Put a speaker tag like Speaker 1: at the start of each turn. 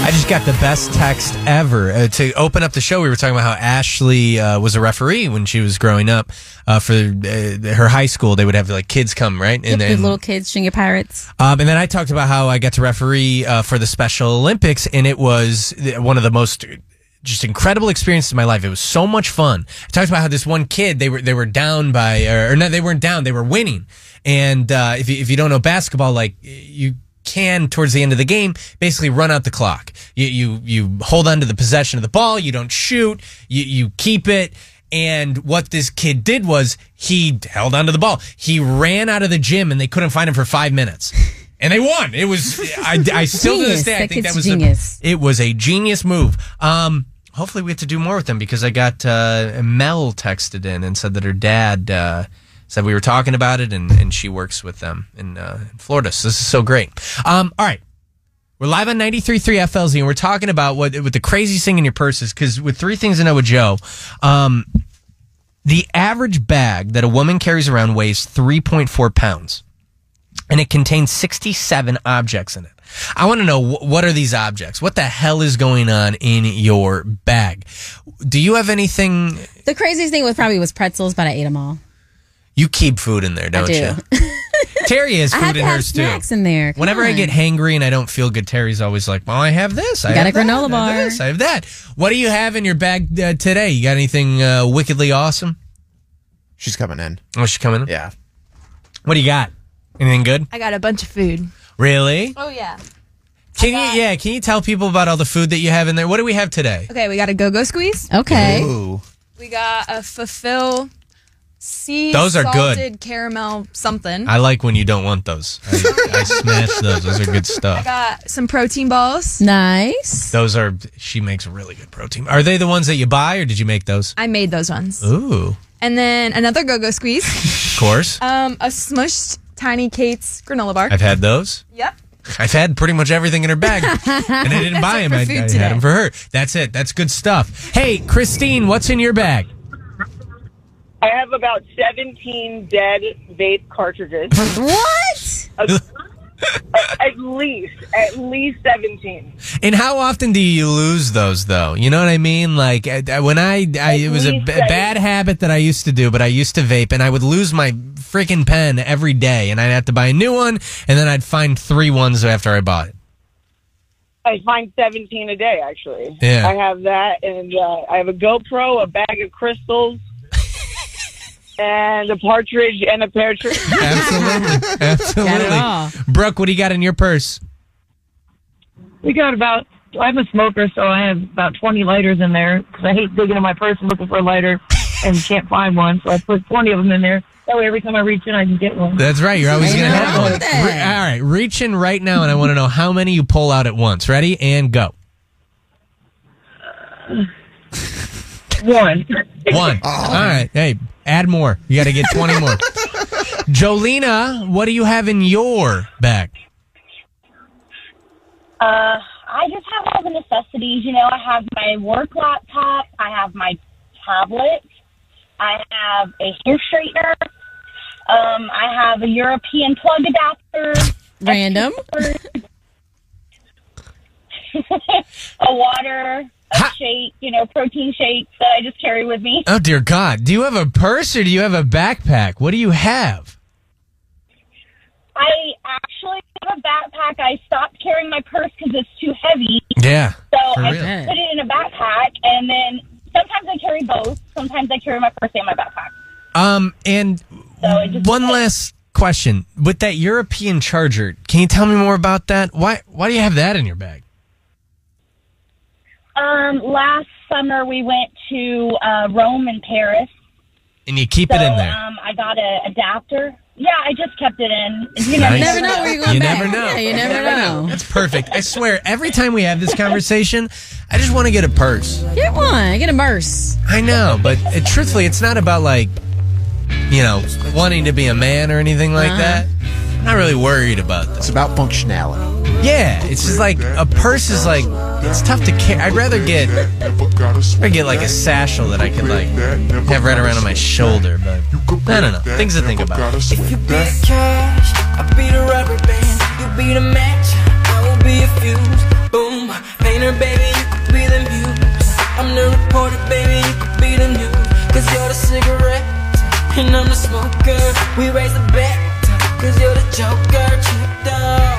Speaker 1: I just got the best text ever. Uh, to open up the show, we were talking about how Ashley uh, was a referee when she was growing up uh, for uh, her high school. They would have like kids come, right?
Speaker 2: Yep, the little kids, Stringer Pirates.
Speaker 1: Um, and then I talked about how I got to referee uh, for the Special Olympics, and it was th- one of the most just incredible experiences of my life. It was so much fun. I talked about how this one kid they were they were down by or, or no they weren't down they were winning, and uh, if you, if you don't know basketball, like you can towards the end of the game basically run out the clock. You you you hold on to the possession of the ball. You don't shoot. You you keep it. And what this kid did was he held onto the ball. He ran out of the gym and they couldn't find him for five minutes. And they won. It was, I, I still to this
Speaker 2: Genius.
Speaker 1: day, I
Speaker 2: That
Speaker 1: think that
Speaker 2: kid's
Speaker 1: was,
Speaker 2: genius.
Speaker 1: A, it was a genius move. Um, hopefully we have to do more with them because I got, uh, Mel texted in and said that her dad, uh, said we were talking about it and, and she works with them in, uh, in Florida. So this is so great. Um, all right. We're live on 93.3 FLZ, and we're talking about what with the craziest thing in your purse is. Because with three things I know with Joe, um, the average bag that a woman carries around weighs 3.4 pounds, and it contains 67 objects in it. I want to know wh- what are these objects? What the hell is going on in your bag? Do you have anything?
Speaker 2: The craziest thing was probably was pretzels, but I ate them all.
Speaker 1: You keep food in there, don't
Speaker 2: do.
Speaker 1: you? Terry has
Speaker 2: I
Speaker 1: food
Speaker 2: have
Speaker 1: in
Speaker 2: to have
Speaker 1: hers
Speaker 2: snacks
Speaker 1: too.
Speaker 2: in there. Come
Speaker 1: Whenever I
Speaker 2: on.
Speaker 1: get hangry and I don't feel good, Terry's always like, "Well, I have this. I
Speaker 2: got
Speaker 1: have
Speaker 2: a
Speaker 1: that,
Speaker 2: granola
Speaker 1: I
Speaker 2: bar."
Speaker 1: have this. I have that." What do you have in your bag uh, today? You got anything uh, wickedly awesome?
Speaker 3: She's coming in.
Speaker 1: Oh, she's coming. in.
Speaker 3: Yeah.
Speaker 1: What do you got? Anything good?
Speaker 4: I got a bunch of food.
Speaker 1: Really?
Speaker 4: Oh yeah.
Speaker 1: Can you? Yeah. Can you tell people about all the food that you have in there? What do we have today?
Speaker 4: Okay, we got a go-go squeeze.
Speaker 2: okay,
Speaker 3: Ooh.
Speaker 4: We got a fulfill sea
Speaker 1: Those are good.
Speaker 4: salted caramel something. I
Speaker 1: I like when you don't want those. I, I smash those. Those are good stuff.
Speaker 4: got some protein balls.
Speaker 2: nice.
Speaker 1: Those are. She makes really good protein. Are they the ones that you buy, or did you make those?
Speaker 4: I made those ones.
Speaker 1: Ooh,
Speaker 4: And then another go-go squeeze.
Speaker 1: of course.
Speaker 4: um, a smushed Tiny Kate's granola bar.
Speaker 1: I've had those.
Speaker 4: yep.
Speaker 1: I've had pretty much everything in her bag, and I didn't buy
Speaker 4: it
Speaker 1: them.
Speaker 4: for
Speaker 1: I, I
Speaker 4: food
Speaker 1: had
Speaker 4: today.
Speaker 1: them for her. That's it. That's good stuff. Hey, Christine, what's in your bag?
Speaker 5: I have about 17 dead vape cartridges.
Speaker 2: What?
Speaker 5: at least, at least 17.
Speaker 1: And how often do you lose those, though? You know what I mean? Like I, I- when I, I it was a b- bad habit that I used to do, but I used to vape, and I would lose my freaking pen every day, and I'd have to buy a new one, and then I'd find three ones after I bought it.
Speaker 5: I find 17 a day, actually.
Speaker 1: Yeah.
Speaker 5: I have that, and uh, I have a GoPro, a bag of crystals, and a partridge and a pear tree.
Speaker 1: Absolutely,
Speaker 2: Got it
Speaker 1: absolutely.
Speaker 2: all.
Speaker 1: Brooke, what do you got in your purse?
Speaker 5: we got about, I'm a smoker, so I have about 20 lighters in there because I hate digging in my purse and looking for a lighter and can't find one. So I put 20 of them in there. That way, every time I reach in, I can get one.
Speaker 1: That's right. You're always
Speaker 2: Ain't
Speaker 1: gonna
Speaker 2: nothing
Speaker 1: have one.
Speaker 2: wrong with
Speaker 1: Re-
Speaker 2: that.
Speaker 1: all right, reach in right now, and I want to know how many you pull out at once. Ready and go.
Speaker 5: One.
Speaker 1: One. All right. Hey, add more. You got to get 20 more. Jolena, what do you have in your bag?
Speaker 6: Uh, I just have all the necessities. You know, I have my work laptop, I have my tablet, I have a hair straightener, um, I have a European plug adapter,
Speaker 2: Random.
Speaker 6: a water, a
Speaker 1: Ha-
Speaker 6: shake, you know, protein shakes that I just carry with me.
Speaker 1: Oh, dear God. Do you have a purse or do you have a backpack? What do you have?
Speaker 6: I actually have a backpack. I stopped carrying my purse because it's too heavy,
Speaker 1: Yeah.
Speaker 6: so
Speaker 1: For
Speaker 6: I
Speaker 1: real.
Speaker 6: just put it in a backpack, and then sometimes I carry both. Sometimes I carry my purse and my backpack.
Speaker 1: Um, and
Speaker 6: So it just-
Speaker 1: one last question. With that European charger, can you tell me more about that? Why, why do you have that in your bag?
Speaker 6: Um, last summer we went to uh, Rome and Paris.
Speaker 1: And you keep
Speaker 6: So
Speaker 1: it in there.
Speaker 6: um, I got an adapter. yeah, I just kept it in. You
Speaker 1: Nice.
Speaker 6: never know
Speaker 2: where
Speaker 6: you're
Speaker 1: You never know.
Speaker 2: Yeah, you never know.
Speaker 1: That's perfect. I swear, every time we have this conversation, I just want to get a purse.
Speaker 2: Get one. Get a merce.
Speaker 1: I know, but uh truthfully, it's not about like, you know, wanting to be a man or anything like
Speaker 2: Uh-huh.
Speaker 1: that. I'm not really worried about that.
Speaker 3: It's about functionality.
Speaker 1: Yeah, it's just like a purse is like it's tough to carry. I'd rather get or get like a satchel that I could like have right around on my shoulder. But I don't know things to think about.
Speaker 7: If you be the cash, I'll be the rubber band. You be the match, I will be a fuse. Boom, painter, baby, you could be the muse. I'm the reporter, baby, you could be the news. Cause you're the cigarette, and I'm the smoker. We raise the bet, cause you're the joker. Tripped up,